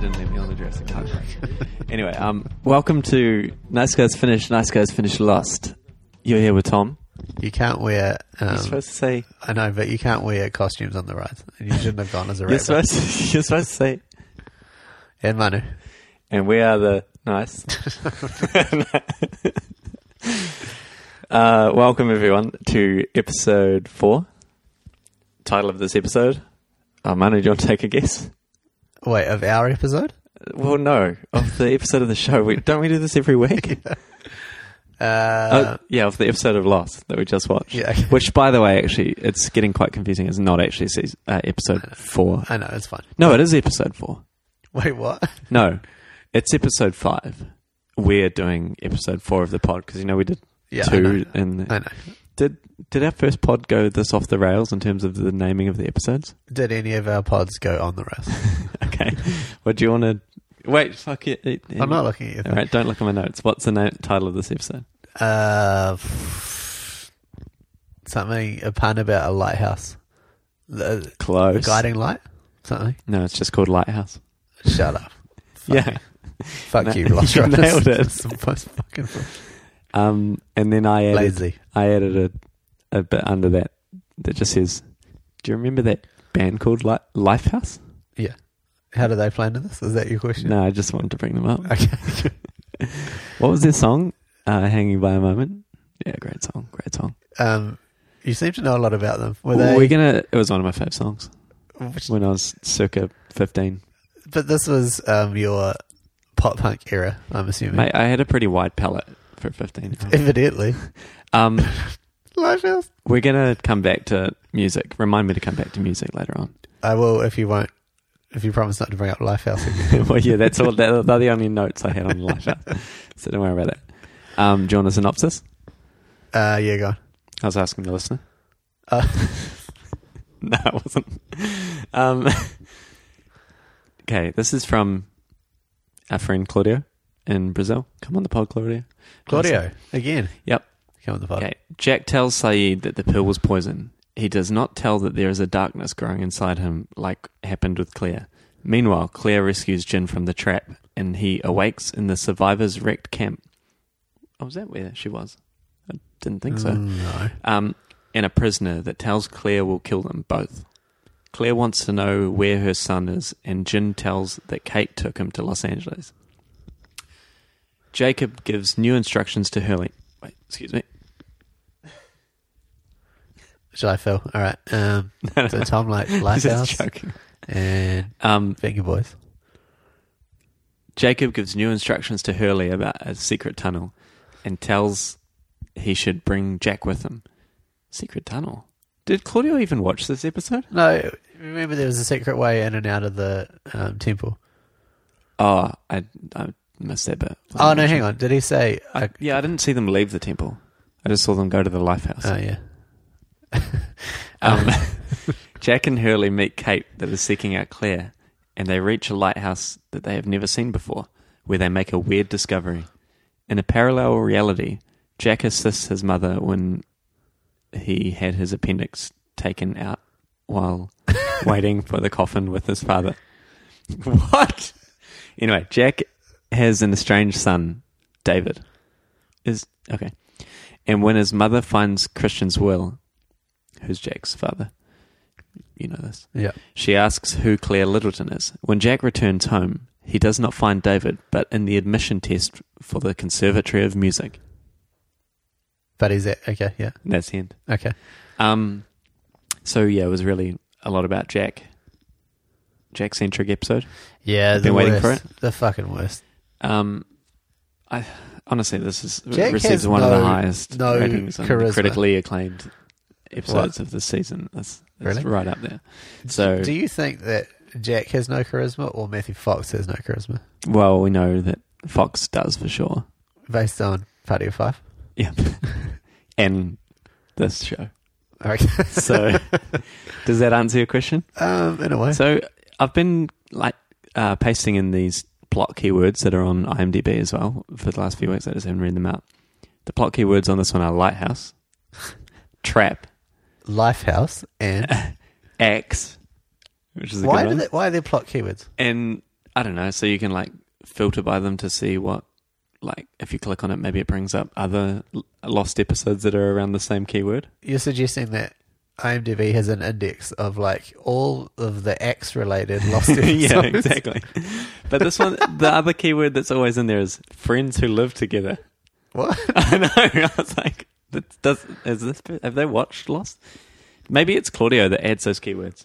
didn't leave me on the dressing table. anyway, um, welcome to Nice Guys Finish, Nice Guys Finish Lost. You're here with Tom. You can't wear. Um, You're supposed to say. I know, but you can't wear costumes on the rides. And you shouldn't have gone as a You're rapper. supposed, to, you're supposed to say. and Manu. And we are the nice. uh, welcome, everyone, to episode four. Title of this episode. Oh, Manu, do you want to take a guess? Wait, of our episode? Well, no, of the episode of the show. We, don't we do this every week? Uh, Uh, yeah, of the episode of Lost that we just watched. Yeah. Which, by the way, actually, it's getting quite confusing. It's not actually season, uh, episode four. I know, it's fine. No, it is episode four. Wait, what? No, it's episode five. We're doing episode four of the pod because you know we did Yeah, I know. two. And I know. did did our first pod go this off the rails in terms of the naming of the episodes? Did any of our pods go on the rails? Okay, what do you want to? Wait, fuck it. it- I'm not looking at you. All right, don't look at my notes. What's the na- title of this episode? Uh, something, a pun about a lighthouse. The, a Close. guiding light? Something. No, it's just called Lighthouse. Shut up. Fuck yeah. you. Fuck Na- you, Lost you Riders. nailed it. It's the most fucking Um, and then I added lazy. I added a, a bit under that that just says, "Do you remember that band called Li- Lifehouse?" How do they play into this? Is that your question? No, I just wanted to bring them up. Okay. What was their song? Uh, "Hanging by a Moment." Yeah, great song, great song. Um, you seem to know a lot about them. Were Well, they? We're gonna. It was one of my favorite songs which- when I was circa fifteen. but this was um, your pop punk era, I'm assuming. Mate, I had a pretty wide palette for fifteen. Evidently, Um, Lifehouse. we're gonna come back to music. Remind me to come back to music later on. I will Uh, if you won't. If you promise not to bring up Lifehouse again. well, yeah, that's all. That, they're the only notes I had on Lifehouse, so don't worry about that. Um, do you want a synopsis? Uh, yeah, go on. I was asking the listener. Uh, No, I wasn't. Um, okay, this is from our friend Claudio in Brazil. Come on the pod, Claudio. Claudio again. Yep. Come on the pod. Okay. Jack tells Saeed that the pill was poison. He does not tell that there is a darkness growing inside him, like happened with Claire. Meanwhile, Claire rescues Jin from the trap, and he awakes in the survivors' wrecked camp. Oh, was that where she was? I didn't think so Mm, No. um, and a prisoner that tells Claire will kill them both. Claire wants to know where her son is, and Jin tells that Kate took him to Los Angeles. Jacob gives new instructions to Hurley. Wait, excuse me. Should I fill? All right. Um, No, so Tom like This is Lifehouse joking. and Um, Finger Boys. Jacob gives new instructions to Hurley about a secret tunnel, and tells he should bring Jack with him. Secret tunnel. Did Claudio even watch this episode? No, remember there was a secret way in and out of the um, temple. Oh, I, I missed that bit. Oh no, hang on. Did he say? uh, I, yeah, I didn't see them leave the temple. I just saw them go to the lifehouse. Oh yeah. um, Jack and Hurley meet Kate that is seeking out Claire, and they reach a lighthouse that they have never seen before, where they make a weird discovery. In a parallel reality, Jack assists his mother when he had his appendix taken out while waiting for the coffin with his father. What? Anyway, Jack has an estranged son, David. Is okay. And when his mother finds Christian's will, who's Jack's father, you know this. Yeah. She asks who Claire Littleton is. When Jack returns home, he does not find David, but in the admission test for the Conservatory of Music. But he's at, okay, yeah, And that's the end. okay. Um, so yeah, it was really a lot about Jack. Jack centric episode. Yeah, I've been the waiting worst. for The fucking worst. Um, I honestly, this is Jack receives has one of the no- highest no ratings on the charisma. critically acclaimed episodes of this season. That's, that's Really? right up there. So, Do you think that Jack has no charisma or Matthew Fox has no charisma? well, we know that Fox does for sure, Based on Party of Five? and this show. Okay. So, does that answer your question? um, in a way. So, I've been like uh, pasting in these plot keywords that are on IMDb as well for the last few weeks. I just haven't read them out. The plot keywords on this one are lighthouse, trap, Lifehouse and axe, which is a good why do one. they, why are there plot keywords? and I don't know. So you can like filter by them to see what, like, if you click on it, maybe it brings up other l- lost episodes that are around the same keyword. You're suggesting that IMDb has an index of like all of the X related lost episodes. yeah, exactly. But this one, the other keyword that's always in there is friends who live together. What? I know. I was like, that does, is this, have they watched Lost? Maybe it's Claudio that adds those keywords.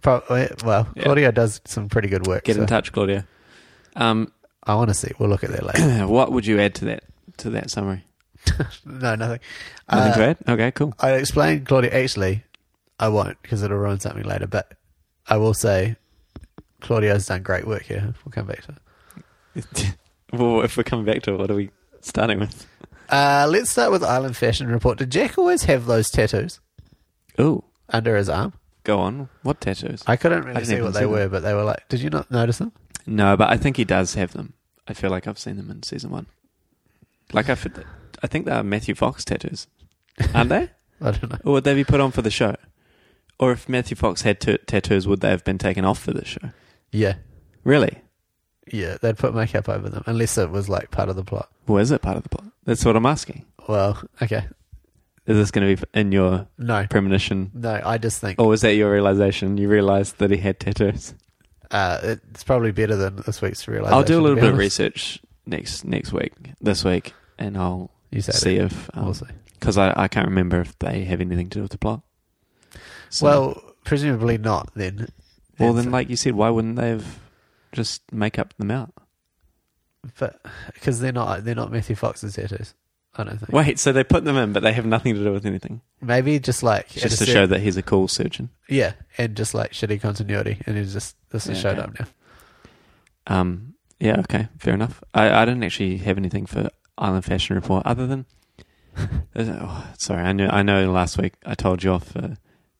Probably, well, Yeah. Claudio does some pretty good work. Get so in touch, Claudio. Um, I want to see. We'll look at that later. what would you add to that to that summary? no, nothing. Nothing Uh, to add. Okay, cool. I explained Claudia. Actually, I won't because it'll ruin something later. But I will say, Claudio's done great work here. We'll come back to it. well, if we're coming back to it, what are we starting with? Uh, let's start with Island Fashion Report. Did Jack always have those tattoos Oh, under his arm? go on. What tattoos? I couldn't I really didn't see even what see they them. were, but they were like. Did you not notice them? No, but I think he does have them. I feel like I've seen them in season one. Like I, f- I think they are Matthew Fox tattoos, aren't they? I don't know. Or would they be put on for the show? Or if Matthew Fox had t- tattoos, would they have been taken off for the show? Yeah, Really? yeah. They'd put makeup over them unless it was like part of the plot. Or is it part of the plot? That's what I'm asking. Well, okay. Is this going to be in your No, premonition? no. I just think Or was that your realization? You realized that he had tattoos? uh, it's probably better than this week's realization. I'll do a to little be bit of honest. research next next week, this week, and I'll You say see that. if um, We'll because see. I, I can't remember if they have anything to do with the plot. So- Well, presumably not then. well That's then, it. like you said, why wouldn't they have just make up them out? but because they're not they're not Matthew Fox's tattoos. I don't think. Wait, so they put them in, but they have nothing to do with anything. Maybe just like at a just to cer- show that he's a cool surgeon. yeah, and just like shitty continuity, and it's just this has Yeah, showed okay. up now. Um, yeah, okay, fair enough. I, I didn't actually have anything for Island Fashion Report other than. oh, sorry, I know. I know. Last week I told you off for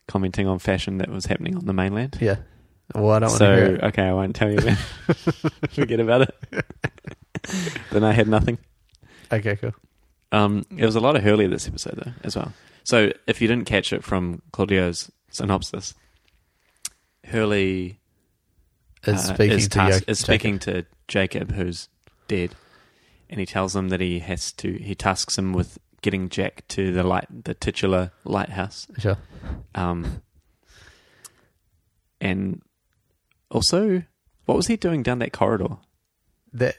commenting on fashion that was happening on the mainland. Yeah. Well, I don't So want to hear it. okay, I won't tell you. Then. Forget about it. then I had nothing. Okay, cool. Um, it was a lot of Hurley this episode though as well. So if you didn't catch it from Claudio's synopsis, Hurley Is uh, speaking is to task- Yo- is speaking to Jacob, who's dead, and he tells him that he has to. He tasks him with getting Jack to the light, the titular lighthouse, Jacob. Sure. um, and also, what was he doing down that corridor? That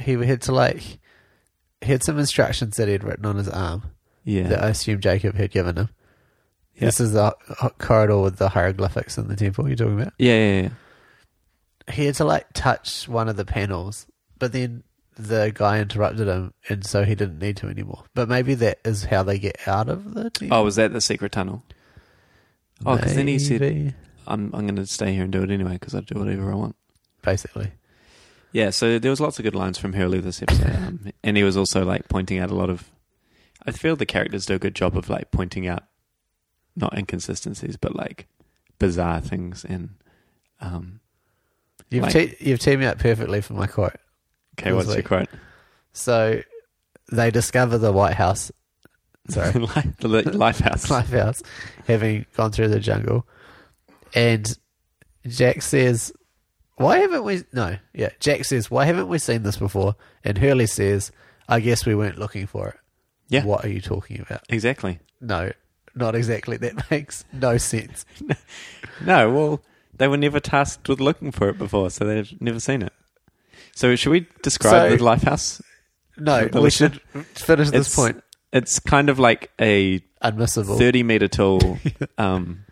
he had to like he had some instructions that he'd written on his arm Yeah, that I assume Jacob had given him. Yeah. This is the h- h- corridor with the hieroglyphics in the temple you're talking about. yeah, yeah, yeah. he had to like touch one of the panels, but then the guy interrupted him, and so he didn't need to anymore. But maybe that is how they get out of the team. Oh, was that the secret tunnel? Oh, because then he said, Maybe. "I'm I'm going to stay here and do it anyway because I do whatever I want." basically, Yeah, so there was lots of good lines from Hurley this episode, um, and he was also like pointing out a lot of. I feel the characters do a good job of like pointing out, not inconsistencies, but like bizarre things. And um, you've Like- te- you've teamed me up perfectly for my quote. okay, It what's was your like- quote? So they discover the White House. Sorry, Li- the li- lifehouse. Lifehouse, having gone through the jungle. And Jack says, Why haven't we? No, yeah. Jack says, Why haven't we seen this before? And Hurley says, I guess we weren't looking for it. Yeah. What are you talking about? Exactly. No, not exactly. That makes no sense. No, well, they were never tasked with looking for it before, so they've never seen it. So should we describe So- the lifehouse? No, The we listener- should finish this It's- point. It's kind of like a Admissible. 30 meter tall um,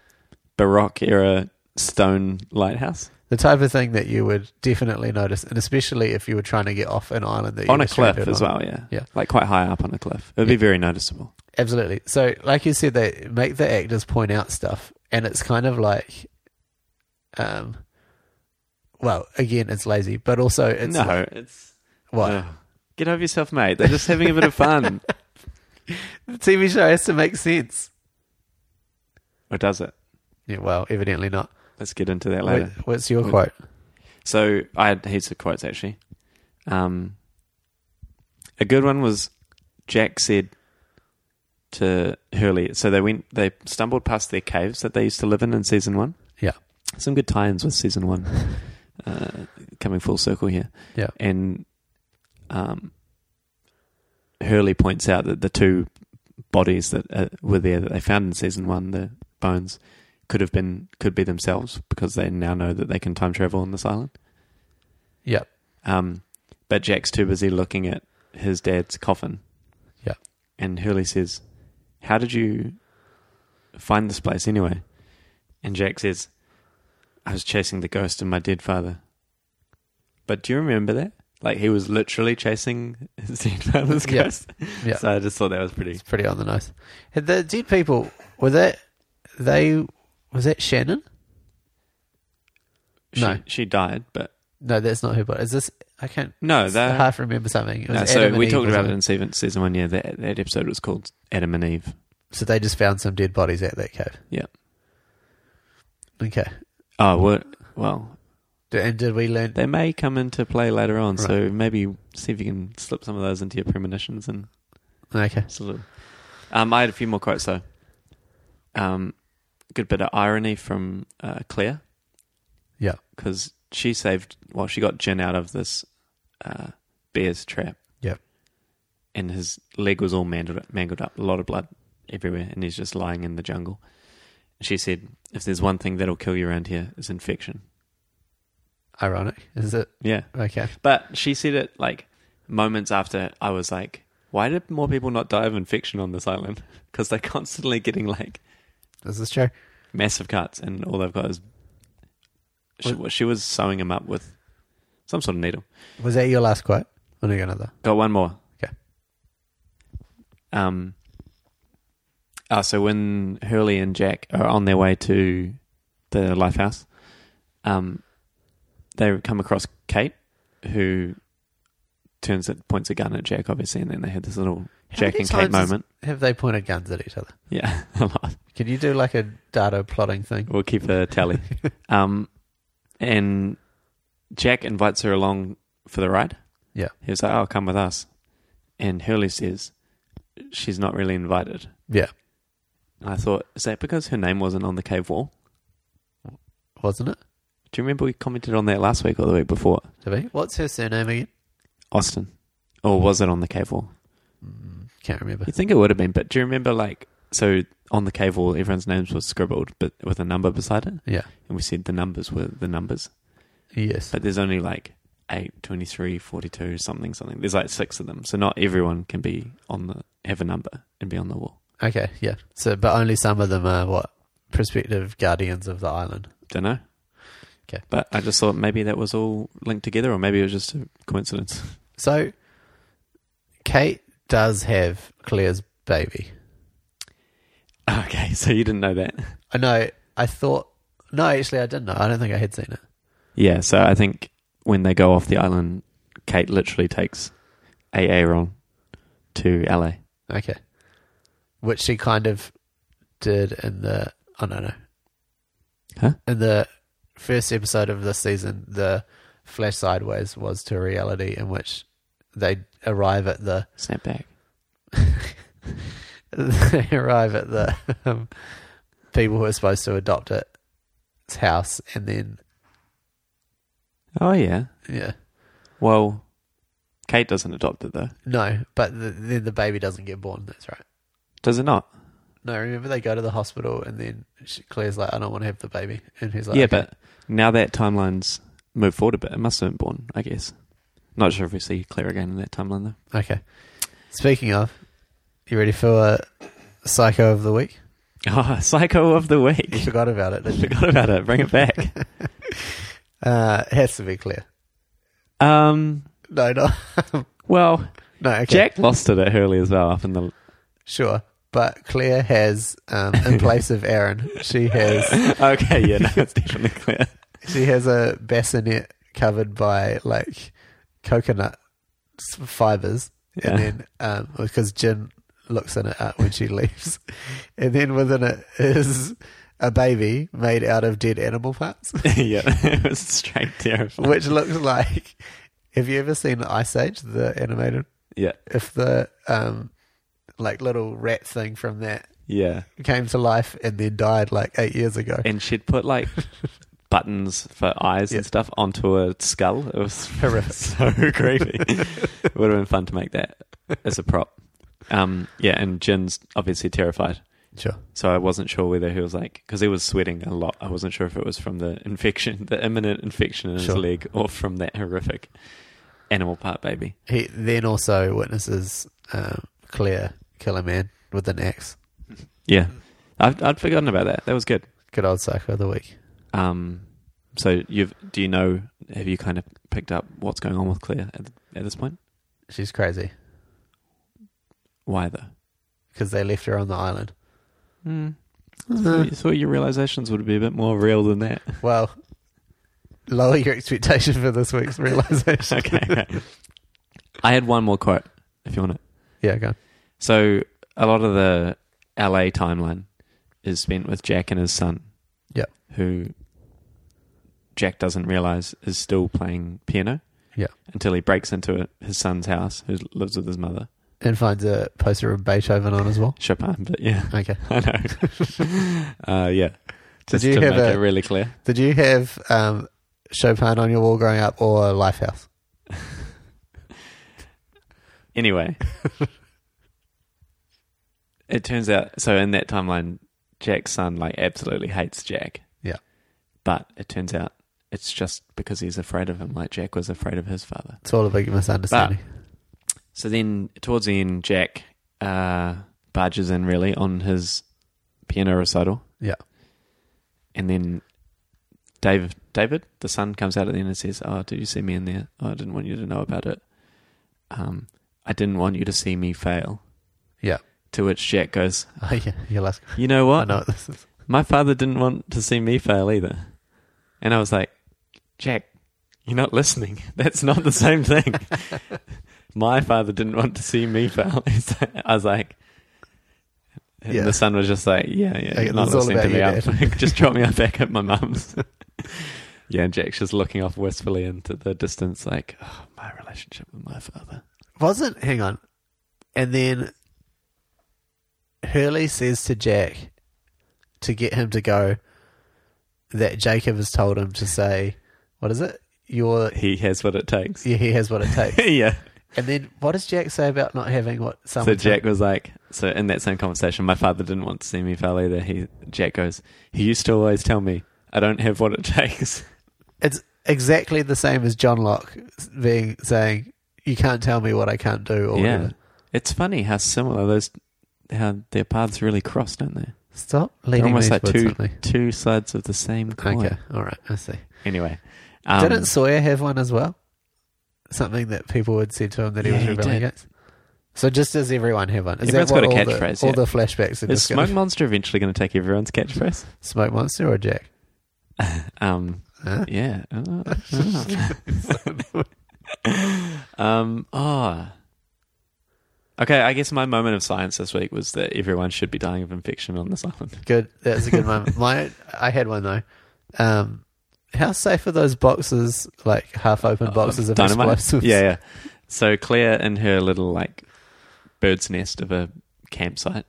Baroque era stone lighthouse The type of thing that you would definitely notice, and especially if you were trying to get off an island that you on were a cliff stranded as on. well, yeah. Yeah. Like quite high up on a cliff. It would be Yeah. very noticeable. Absolutely. So, like you said, they make the actors point out stuff, and it's kind of like, um, well, again, it's lazy, but also it's no, like, it's. what Ugh. Get over yourself, mate. They're just having a bit of fun. the TV show has to make sense. or does it? Yeah, well, evidently not. Let's get into that Wait, later. what's your Wait. quote? So I had heaps of quotes actually. Um, a good one was Jack said to Hurley. So they went, they stumbled past their caves that they used to live in in season one. Yeah. Some good tie-ins with season one. uh, coming full circle here. Yeah. And um, Hurley points out that the two bodies that uh, were there that they found in season one, the bones, could have been could be themselves because they now know that they can time travel on this island. Yeah. Um, but Jack's too busy looking at his dad's coffin. Yeah. And Hurley says, How did you find this place anyway? And Jack says, I was chasing the ghost of my dead father. But do you remember that? Like he was literally chasing his dead father's Yeah. ghost. Yeah. So I just thought that was pretty. It's pretty on the nose. Had The dead people were that they was that Shannon? She, No. she died, but No, that's not her body. Is this? I can't. no, I that. half remember something. It was No, so Adam and we Eve, talked about wasn't it in season, season one. Yeah, that, that episode was called Adam and Eve. So they just found some dead bodies at that cave. Yeah. Okay. Oh, Hmm. what? Well, D- And did we learn? They may come into play later on, so maybe see if you can slip some of those into your premonitions and Okay. absolutely. Um, I had a few more quotes though. Um, good bit of irony from uh, Claire Yeah. because she saved well, she got Jin out of this uh, bear's trap. Yeah. and his leg was all mangled, mangled up, a lot of blood everywhere, and he's just lying in the jungle. She said, "If there's one thing that'll kill you around here, is infection." Ironic, is it? Yeah. Okay. But she said it like moments after I was like, why did more people not die of infection on this island? Because they're constantly getting like Is this true? massive cuts, and all they've got is she, What- she was sewing them up with some sort of needle. Was that your last quote? Or do you got another? Got one more. Okay. Um. Ah, so when Hurley and Jack are on their way to the lifehouse, um, they come across Kate, who turns it points a gun at Jack, obviously, and then they had this little How Jack many and Kate times has- moment. Have they pointed guns at each other? Yeah, a lot. Can you do like a data plotting thing? We'll keep a tally. um, and Jack invites her along for the ride. Yeah. He was like, "Oh, come with us," and Hurley says she's not really invited. Yeah. I thought, is that because her name wasn't on the cave wall? Wasn't it? Do you remember we commented on that last week or the week before? Did we? What's her surname again? Austin. Or was it on the cave wall? Can't remember. You think it would have been, but do you remember like so on the cave wall everyone's names were scribbled but with a number beside it? Yeah. And we said the numbers were the numbers. Yes. But there's only like 8, 23, 42, something, something. There's like six of them. So not everyone can be on the have a number and be on the wall. Okay. Yeah. So, but only some of them are what prospective guardians of the island. Dunno. Okay. But I just thought maybe that was all linked together or maybe it was just a coincidence. So, Kate does have Claire's baby. Okay, so you didn't know that. I know. I thought. No, actually, I didn't know. I don't think I had seen it. Yeah, so I think when they go off the island, Kate literally takes Aaron to LA. Okay. Which she kind of did in the oh no no. Huh? In the first episode of this season, the flash sideways was to a reality in which they arrive at the Snap back. they arrive at the um, people who are supposed to adopt it's house and then Oh, yeah. yeah. Well, Kate doesn't adopt it, though. No, but the, then the baby doesn't get born. That's right. Does it not? No, remember they go to the hospital and then she, Claire's like, I don't want to have the baby. And he's like, yeah, "Okay." but now that timeline's moved forward a bit, it must have been born, I guess. Not sure if we see Claire again in that timeline, though. Okay. Speaking of, you ready for a psycho of the week? Ah, Psycho of the You Week. forgot about it, didn't you? Forgot about it. Bring it back. Uh, it has to be clear. um, No, no, well, no. Okay, Jack lost it at Hurley as well, up in the. sure. But Claire has, um, in place of Aaron, she has okay, yeah, no, it's definitely Claire. she has a bassinet covered by like coconut s- fibers, Yeah. and then um, because Jin looks in it up when she leaves, and then within it is a baby made out of dead animal parts. yeah, it was straight terrifying. which looks like have you ever seen Ice Age, the animated? Yeah, If the um, like little rat thing from that yeah. came to life and then died like eight years ago, And she'd put like buttons for eyes Yeah. and stuff onto a skull. It was Horrific. so creepy. it would have been fun to make that as a prop. Um, yeah, and Jin's obviously terrified. Sure. So I wasn't sure whether he was like, because he was sweating a lot. I wasn't sure if it was from the infection, the imminent infection in his Sure. leg, or from that horrific animal part baby. He then also witnesses um, Claire kill a man with an axe. Yeah. I'd, I'd forgotten about that. That was good. Good old psycho of the week. Um, so you've, do you know, have you kind of picked up what's going on with Claire at, at this point? She's crazy Why though? because they left her on the island. Mm. I thought your realizations would be a bit more real than that. Well, lower your expectation for this week's realization. okay. okay. I had one more quote, if you want it. yeah, go. on. So a lot of the LA timeline is spent with Jack and his son. Yep. Who Jack doesn't realize is still playing piano. Yep. Until he breaks into his son's house, who lives with his mother, And finds a poster of Beethoven on as well. Chopin. But yeah, Okay. I know. uh, yeah. Just you to have make a- it really clear. Did you have um, Chopin on your wall growing up or Lifehouse? Anyway, it turns out so in that timeline, Jack's son like absolutely hates Jack. Yeah. but it turns out it's just because he's afraid of him, like Jack was afraid of his father. It's all a big misunderstanding. So then, towards the end, Jack uh, barges in really on his piano recital. Yeah. and then David, David, the son, comes out at the end and says, "Oh, did you see me in there? Oh, I didn't want you to know about it. Um, I didn't want you to see me fail." Yeah. To which Jack goes, Oh, yeah, your last. "You know I what? know what this is. My father didn't want to see me fail either." And I was like, "Jack, you're not listening. That's not the same thing." My father didn't want to see me fail. He's like- I was like. And Yeah. the son was just like, yeah, yeah, Okay, you're not this is all listening to about me. you, I'm- just drop me off back at my mum's. yeah, and Jack's just looking off wistfully into the distance, like, oh, my relationship with my father. Wasn't, hang on. And then Hurley says to Jack to get him to go that Jacob has told him to say, what is it? Your, He has what it takes. yeah, he has what it takes. yeah. and then what does Jack say about not having what So someone Jack was like, so in that same conversation, my father didn't want to see me fail either. He Jack goes, he used to always tell me, I don't have what it takes. It's exactly the same as John Locke being saying, you can't tell me what I can't do or yeah, whatever. it's funny how similar those, how their paths really cross, don't they? Stop They're leading almost me like towards two something. two sides of the same coin. Okay, all right, I see. Anyway, um, Didn't Sawyer have one as well? Something that people had said to him that he Yeah, was he rebelling did. against. So just does everyone have one? Is Everyone's that what got a all the- catchphrase, All yeah. the flashbacks are Is just Smoke gonna, Monster eventually going to take everyone's catchphrase? smoke monster or Jack? Um, Huh? yeah. Oh, oh. um, ah. Okay, I guess my moment of science this week was that everyone should be dying of infection on this island. Good. That's a good one. My I had one though. Um, how safe are those boxes? Like half open boxes Uh, of explosives. Yeah, yeah. So Claire in her little like bird's nest of a campsite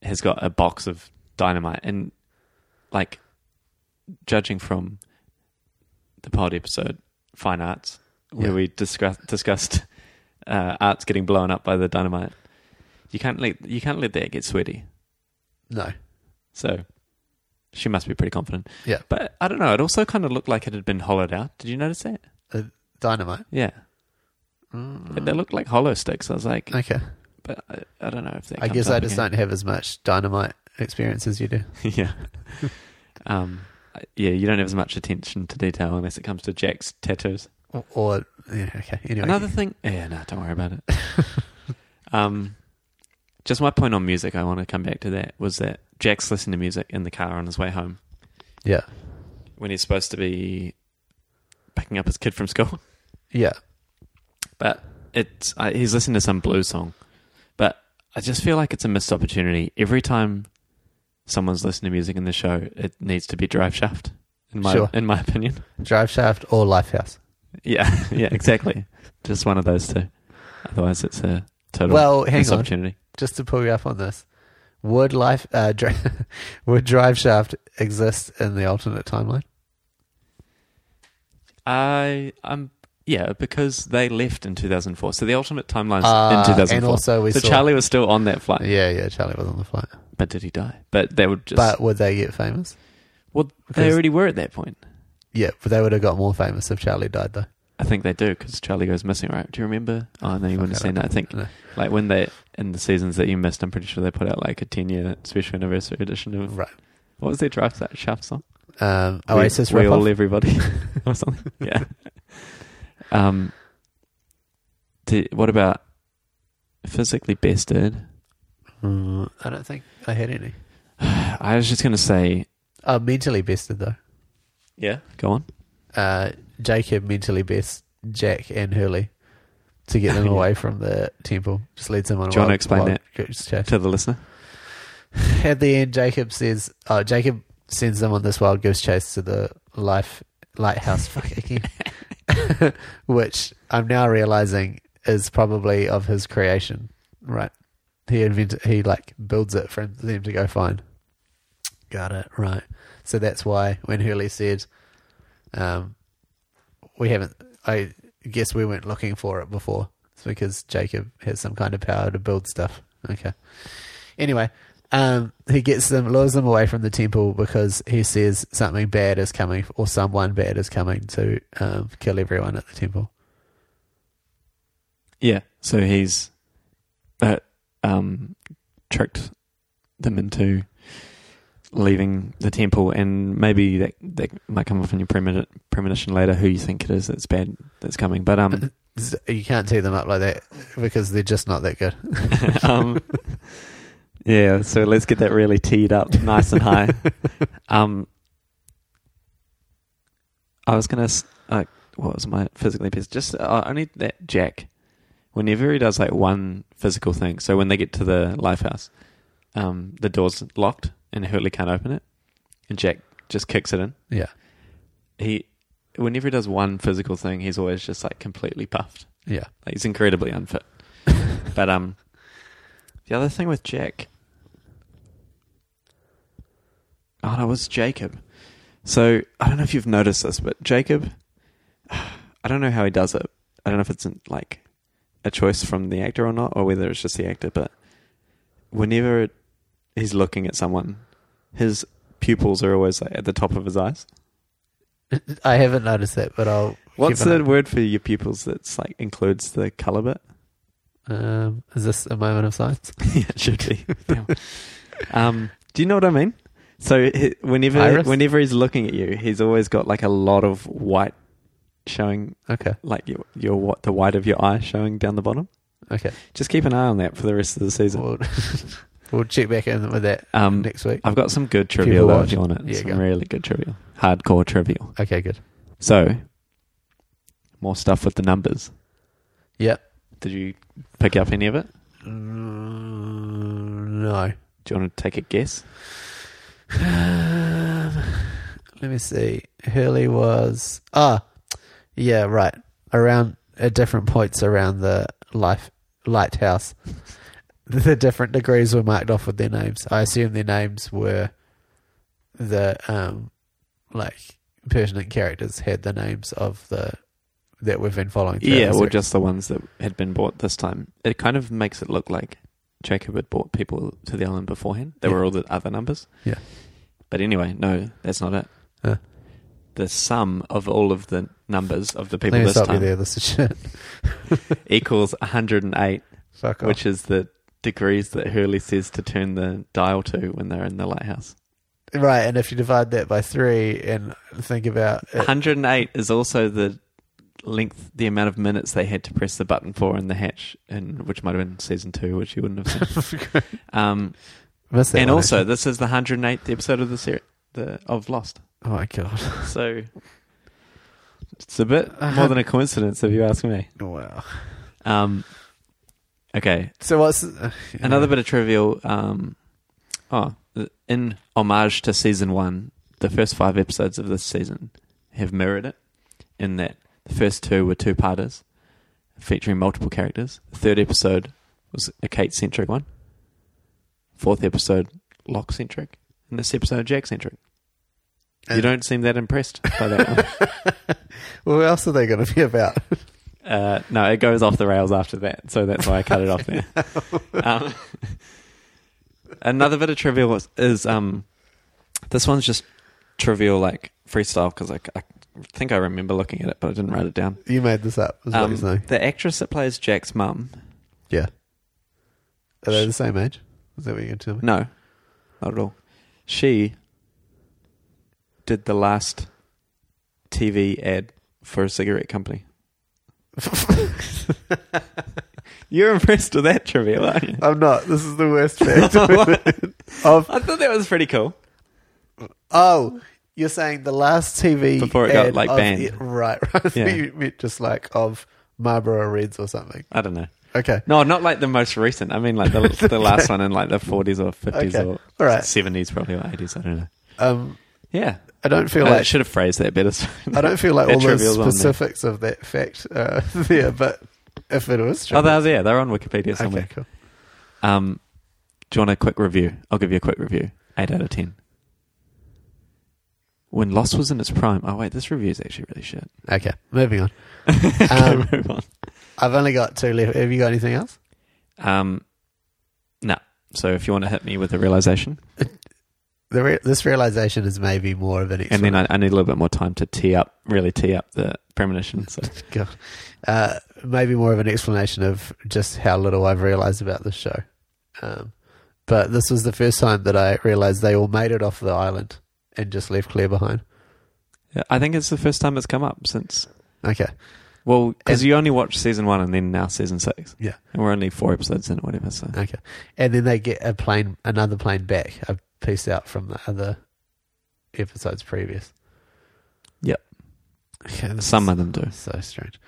has got a box of dynamite and like judging from the pod episode Fine Arts where Yeah. we discuss, discussed uh, arts getting blown up by the dynamite. You can't let you can't let that get sweaty. No. So she must be pretty confident. Yeah. But I don't know, it also kind of looked like it had been hollowed out. Did you notice that? Dynamite. Yeah. But they Mm. look like hollow sticks. I was like, Okay. but I, I don't know if that. I comes guess up I just again. don't have as much dynamite experience as you do. yeah. Um. I- Yeah, you don't have as much attention to detail unless it comes to Jack's tattoos. Or, or yeah, okay. Anyway. Another thing. Yeah, no, don't worry about it. um, just my point on music. I want to come back to that. Was that Jack's listening to music in the car on his way home Yeah. when he's supposed to be picking up his kid from school. Yeah. but it's I he's listening to some blues song. But I just feel like it's a missed opportunity every time someone's listening to music in the show. It needs to be drive shaft, in my Sure. in my opinion. Drive shaft or lifehouse. Yeah, yeah, exactly. just one of those two. Otherwise, it's a total Well, hang missed on. opportunity. just to pull you up on this, would life uh, dri- would drive shaft exist in the alternate timeline? I I'm yeah because they left in 2004, so the alternate timeline's Ah, in 2004. and also we so saw- Charlie was still on that flight, Yeah, yeah. Charlie was on the flight, but did he die? But they would just but would they get famous? well they because- already were at that point. Yeah, but they would have got more famous if Charlie died, though. I think they do because Charlie goes missing, right? Do you remember? Oh no, you Fuck, wouldn't have I seen that. I think No. like when they in the seasons that you missed, I'm pretty sure they put out like a 10 year special anniversary edition of Right. what was their drive that shaft song? Um, we, Oasis we rip all everybody or something. Yeah. Um. do- what about physically bested? Mm, I don't think I had any. I was just gonna say, Uh, mentally bested though. yeah, go on. Uh, Jacob mentally best Jack and Hurley to get them Yeah. away from the temple. Just leads them on. Do you wanna explain that? To the listener, At the end, Jacob says, "Oh, Jacob sends them on this wild goose chase to the life lighthouse fuck again, which I'm now realizing is probably of his creation. Right? He invented, he like builds it for them to go find. Got it right. So that's why when Hurley said, um, "We haven't," I guess we weren't looking for it before. It's because Jacob has some kind of power to build stuff. Okay. Anyway, um, he gets them, lures them away from the temple because he says something bad is coming, or someone bad is coming to um, kill everyone at the temple. yeah. So he's uh, um tricked them into leaving the temple, and maybe that that might come off in your premoni- premonition later. Who you think it is that's bad that's coming, but um. Z- You can't tee them up like that because they're just not that good. um, yeah, so let's get that really teed up nice and high. Um, I was going to, uh, what was my physically pissed? Just uh, only that Jack, whenever he does like one physical thing, so when they get to the lifehouse, um, the door's locked and Hurley can't open it, and Jack just kicks it in. Yeah, He, whenever he does one physical thing, he's always just like completely puffed. yeah. Like, he's incredibly unfit. but um, the other thing with Jack, oh, no, it was Jacob. So I don't know if you've noticed this, but Jacob, I don't know how he does it. I don't know if it's like a choice from the actor or not, or whether it's just the actor. But whenever he's looking at someone, his pupils are always like at the top of his eyes. I haven't noticed that, but I'll. What's keep an the word for your pupils that's like includes the color bit? eye- Um, is this a moment of silence? yeah, it should be. Damn. um, do you know what I mean? So he, whenever Iris? whenever he's looking at you, he's always got like a lot of white showing, Okay, like your your what the white of your eye showing down the bottom. okay. Just keep an eye on that for the rest of the season. We'll, we'll check back in with that Um, next week. I've got some good trivia though, if watch. you want it. Yeah, some go. really good trivia, hardcore trivia. Okay, good. So more stuff with the numbers. Yep. Did you pick up any of it? Mm, no. Do you want to take a guess? Um, let me see. Hurley was ah, yeah, right. Around at different points around the life lighthouse, the different degrees were marked off with their names. I assume their names were the um, like pertinent characters had the names of the that we've been following. throughout Yeah, the or series. just the ones that had been bought this time. It kind of makes it look like Jacob had bought people to the island beforehand. They Yeah. were all the other numbers. Yeah. Uh. But anyway, no, that's not it. Huh. The sum of all of the numbers of the Let people me this stop you time there. This is shit. equals 108, Fuck off. which is the degrees that Hurley says to turn the dial to when they're in the lighthouse. right, and if you divide that by three and think about it, 108 is also the length, the amount of minutes they had to press the button for in the hatch, and which might have been season two, which you wouldn't have seen. um, miss that and one, also, actually. this is the 108th episode of the series the, of Lost. Oh my god! So it's a bit more than a coincidence, if you ask me. Wow. Um, okay, So what's uh, another bit of trivial. Um, oh, in homage to season one, the first five episodes of this season have mirrored it in that the first two were two parters featuring multiple characters. The third episode was a Kate centric one. Fourth episode, Locke centric. And this episode, Jack centric. You don't seem that impressed by that one. Well, what else are they going to be about? Uh, no, it goes off the rails after that, so that's why I cut it off there. um, another bit of trivial is, is um, this one's just trivial, like freestyle, because I, I think I remember looking at it, but I didn't write it down. you made this up. Is what Um, he's saying. the actress that plays Jack's mum, Yeah. Are they the same age? Is that what you're going to tell me? no, not at all. She did the last TV ad for a cigarette company. You're impressed with that trivial, aren't you? I'm not. This is the worst fact I of. thought that was pretty cool. Oh, you're saying the last TV Before it got, ad like, of banned. it- right? Right. Yeah. you meant just like of Marlboro Reds or something. I don't know. Okay. No, not like the most recent. I mean, like the, the last one in like the 40s or 50s Okay. or All right. 70s, probably, or 80s. I don't know. Um, Yeah. I don't feel I like should have phrased that better. I don't feel like That all the Uh, trivial's on there. specifics of that fact uh, there, but if it was true, Oh, they're there. They're on Wikipedia somewhere. okay, cool. Um, do you want a quick review? I'll give you a quick review. Eight out of ten. When Lost was in its prime. Oh wait, this review is actually really shit. Okay, moving on. Okay, Um, move on. I've only got two left. Have you got anything else? Um, no. So if you want to hit me with a realization, The re- this realization is maybe more of an and then I, I need a little bit more time to tee up, really tee up the premonition. So God. Uh, maybe more of an explanation of just how little I've realized about this show. Um, but this was the first time that I realized they all made it off the island and just left Claire behind. yeah, I think it's the first time it's come up since. Okay. Well, because And- you only watched season one and then now season six. Yeah. and we're only four episodes in or whatever. So Okay. And then they get a plane, another plane back, a piece out from the other episodes previous. Yep. Okay, this some is of them do. so strange.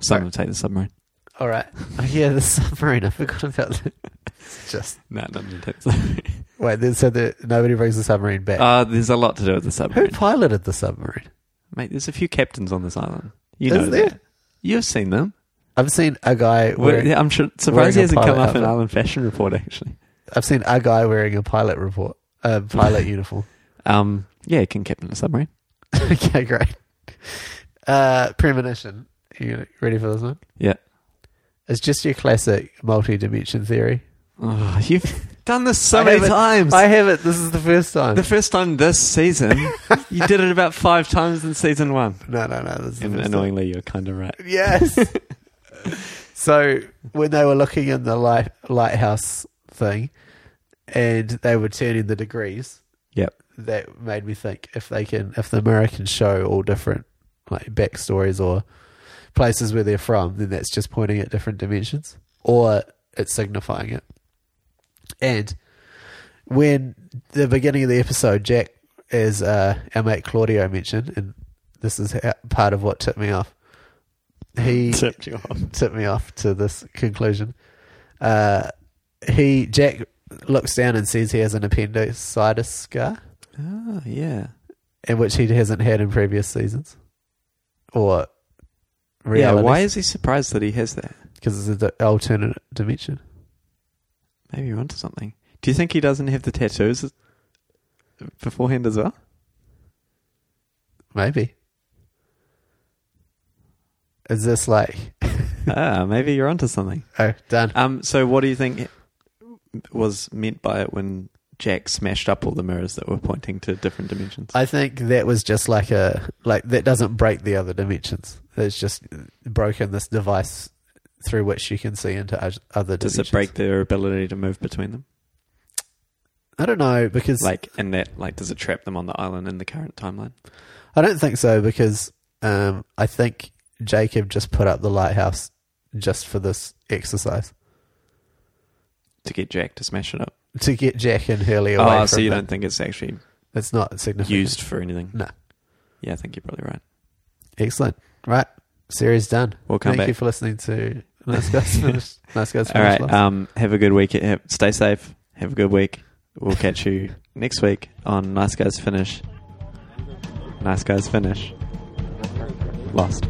Some of them take the submarine. All right. Oh, yeah, the submarine. I forgot about that. It's just No, none of them take the submarine. wait. Then so that nobody brings the submarine back. Uh, there's a lot to do with the Who submarine. piloted the submarine? Mate, there's a few captains on this island. You Is know there? that. You've seen them. I've seen a guy We're- wearing. yeah, I'm sure, wearing surprised he a hasn't come pilot up in outfit. Island Fashion Report, actually. I've seen a guy wearing a pilot report, a pilot uniform. Um, yeah, he can captain a submarine. okay, great. Uh, premonition. You ready for this one? Yeah. It's just your classic multi-dimension theory. Oh, you've done this so I many haven't- times. I have it. This is the first time. the first time this season, you did it about five times in season one. no, no, no. This is the And first annoyingly, you're kind of right. time. Yes. so when they were looking in the light, lighthouse thing, and they were turning the degrees, Yep. that made me think if they can if the mirror can show all different like backstories or places where they're from, then that's just pointing at different dimensions. Or it's signifying it. And when the beginning of the episode, Jack, as uh, our mate Claudio mentioned, and this is ha- part of what tipped me off. He Tipped you off. tipped me off to this conclusion. Uh, he Jack looks down and sees he has an appendicitis scar Oh, yeah. and which he hasn't had in previous seasons or reality. Yeah, why is he surprised that he has that? Because it's an alternate dimension. Maybe you're onto something. Do you think he doesn't have the tattoos beforehand as well? Maybe. Is this like ah, maybe you're onto something. oh done? Um, so what do you think was meant by it when Jack smashed up all the mirrors that were pointing to different dimensions? I think that was just like a like that doesn't break the other dimensions. It's just broken this device through which you can see into oth- other Does dimensions. it break their ability to move between them? I don't know because Like in that, like does it trap them on the island in the current timeline? I don't think so because um, I think Jacob just put up the lighthouse just for this exercise. To get Jack to smash it up. to get Jack and Hurley away Oh, from so you it. don't think it's actually It's not significant. used for anything? No. Yeah, I think you're probably right. Excellent. Right. Series done. We'll come Thank back. you for listening to Nice Guys Finish. nice Guys All right. Finish. Last. Um, have a good week. Have, stay safe. Have a good week. We'll catch you next week on Nice Guys Finish. Nice Guys Finish. Lost.